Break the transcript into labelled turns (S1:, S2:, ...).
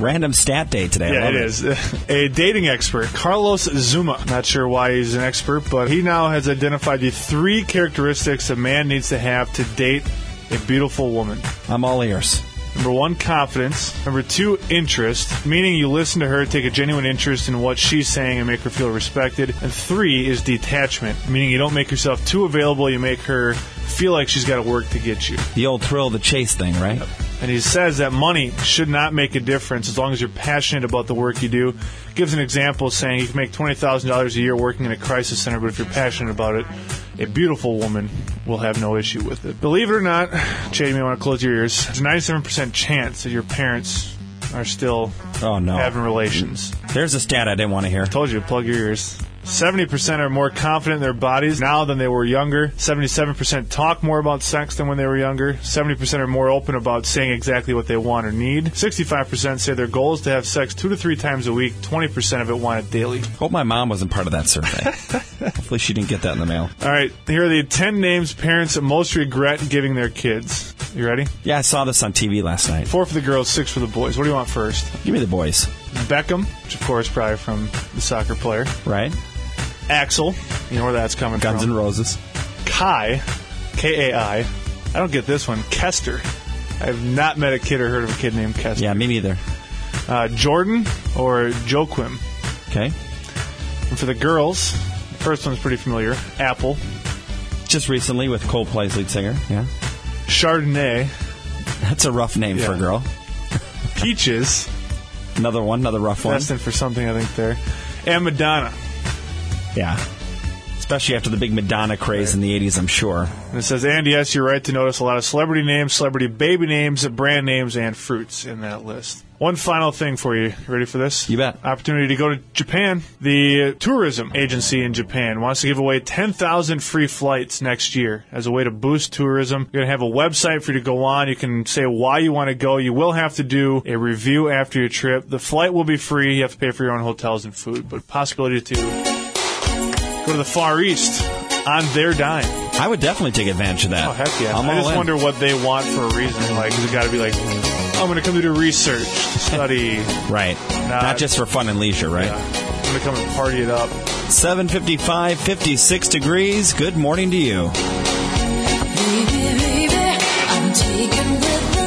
S1: Random stat day today.
S2: Yeah,
S1: I love
S2: it is. A dating expert, Carlos Zuma. Not sure why he's an expert, but he now has identified the three characteristics a man needs to have to date a beautiful woman.
S1: I'm all ears.
S2: Number one, confidence. Number two, interest, meaning you listen to her, take a genuine interest in what she's saying, and make her feel respected. And three is detachment, meaning you don't make yourself too available, you make her feel like she's got to work to get you.
S1: The old thrill, of the chase thing, right?
S2: And he says that money should not make a difference as long as you're passionate about the work you do. Gives an example saying you can make $20,000 a year working in a crisis center, but if you're passionate about it, a beautiful woman will have no issue with it. Believe it or not, Jamie, you want to close your ears. There's a 97% chance that your parents are still
S1: Oh, no.
S2: having relations.
S1: There's a stat I didn't want to hear.
S2: Told you to plug your ears. 70% are more confident in their bodies now than they were younger. 77% talk more about sex than when they were younger. 70% are more open about saying exactly what they want or need. 65% say their goal is to have sex two to three times a week. 20% of it want it daily.
S1: Hope my mom wasn't part of that survey. Hopefully she didn't get that in the mail.
S2: All right, here are the 10 names parents most regret giving their kids. You ready?
S1: Yeah, I saw this on TV last night.
S2: Four for the girls, six for the boys. What do you want first?
S1: Give me the boys,
S2: Beckham, which of course probably from the soccer player.
S1: right?
S2: Axel, you know where that's coming from.
S1: Guns and Roses.
S2: Kai, K A I. I don't get this one. Kester. I have not met a kid or heard of a kid named Kester.
S1: Yeah, me neither.
S2: Uh, Jordan or Joquim.
S1: Okay.
S2: And for the girls, the first one's pretty familiar. Apple,
S1: Just recently with Coldplay's lead singer. Yeah.
S2: Chardonnay,
S1: That's a rough name for a
S2: Yeah.
S1: girl.
S2: Peaches.
S1: Another one, another rough one.
S2: That's in for something, I think, there. And Madonna.
S1: yeah. Especially after the big Madonna craze in the 80s, I'm sure.
S2: And it says, and yes, you're right to notice a lot of celebrity names, celebrity baby names, brand names, and fruits in that list. One final thing for you. You ready for this?
S1: You bet.
S2: Opportunity to go to Japan. The tourism agency in Japan wants to give away 10,000 free flights next year as a way to boost tourism. You're going to have a website for you to go on. You can say why you want to go. You will have to do a review after your trip. The flight will be free. You have to pay for your own hotels and food, but possibility to go to the Far East on their dime.
S1: I would definitely take advantage of that.
S2: Oh heck yeah!
S1: I'm
S2: I
S1: all
S2: just
S1: in.
S2: wonder what they want for a reason. Like, has it got to be like, I'm going to come to do research, to study, I'm
S1: Right. Not, just for fun and leisure, right?
S2: going to come and party it up.
S1: 755, 56 degrees. Good morning to you.
S3: Baby, baby, I'm taken with the